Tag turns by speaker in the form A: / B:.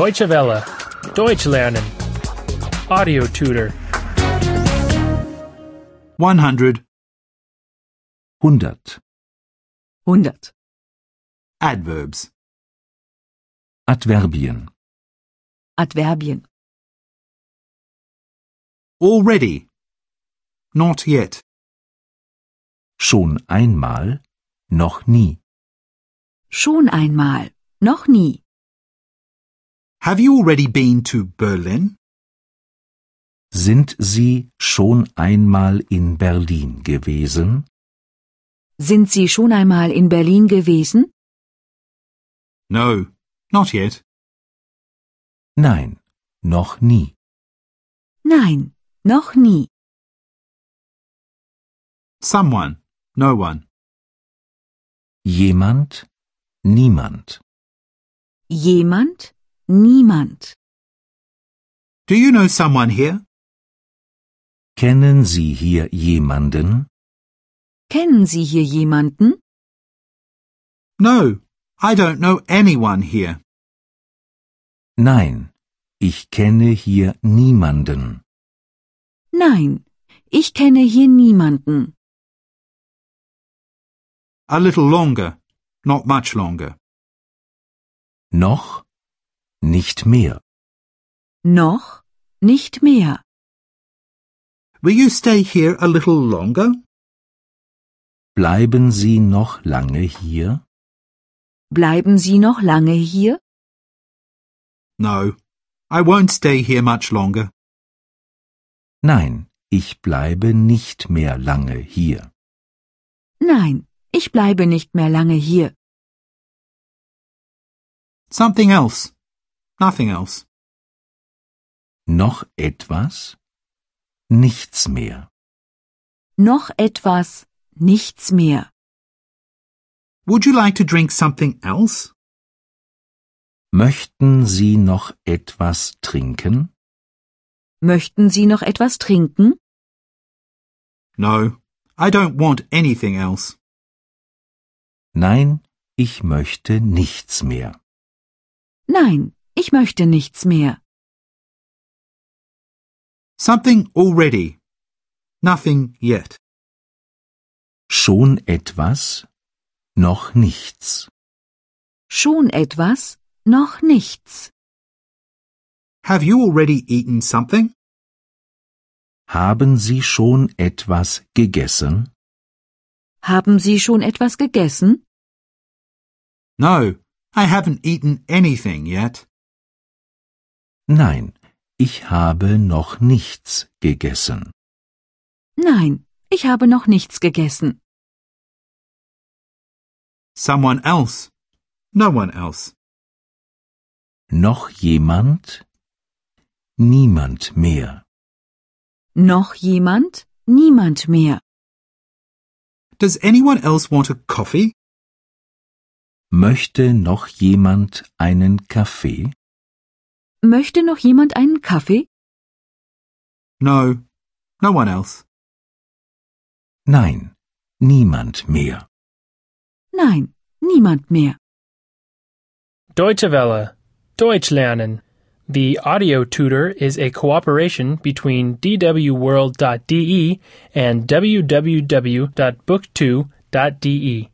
A: Deutsche Welle. Deutsch lernen. Audio tutor.
B: 100.
C: 100.
D: 100.
B: Adverbs.
C: Adverbien.
D: Adverbien.
B: Already. Not yet.
C: Schon einmal, noch nie.
D: Schon einmal. Noch nie.
B: Have you already been to Berlin?
C: Sind Sie schon einmal in Berlin gewesen?
D: Sind Sie schon einmal in Berlin gewesen?
B: No, not yet.
C: Nein, noch nie.
D: Nein, noch nie.
B: Someone. No one.
C: Jemand? Niemand.
D: Jemand? Niemand.
B: Do you know someone here?
C: Kennen Sie hier jemanden?
D: Kennen Sie hier jemanden?
B: No, I don't know anyone here.
C: Nein, ich kenne hier niemanden.
D: Nein, ich kenne hier niemanden.
B: A little longer. Not much longer.
C: Noch? Nicht mehr.
D: Noch? Nicht mehr.
B: Will you stay here a little longer?
C: Bleiben Sie noch lange hier?
D: Bleiben Sie noch lange hier?
B: No. I won't stay here much longer.
C: Nein, ich bleibe nicht mehr lange hier.
D: Nein, ich bleibe nicht mehr lange hier.
B: Something else. Nothing else.
C: Noch etwas? Nichts mehr.
D: Noch etwas? Nichts mehr.
B: Would you like to drink something else?
C: Möchten Sie noch etwas trinken?
D: Möchten Sie noch etwas trinken?
B: No, I don't want anything else.
C: Nein, ich möchte nichts mehr.
D: Nein, ich möchte nichts mehr.
B: Something already. Nothing yet.
C: Schon etwas? Noch nichts.
D: Schon etwas? Noch nichts.
B: Have you already eaten something?
C: Haben Sie schon etwas gegessen?
D: Haben Sie schon etwas gegessen?
B: No, I haven't eaten anything yet.
C: Nein, ich habe noch nichts gegessen.
D: Nein, ich habe noch nichts gegessen.
B: Someone else. No one else.
C: Noch jemand? Niemand mehr.
D: Noch jemand? Niemand mehr.
B: Does anyone else want a coffee?
C: Möchte noch jemand einen Kaffee?
D: Möchte noch jemand einen Kaffee?
B: No, no one else.
C: Nein, niemand mehr.
D: Nein, niemand mehr.
A: Deutsche Welle. Deutsch lernen. The audio tutor is a cooperation between E dwworld.de and www.book2.de.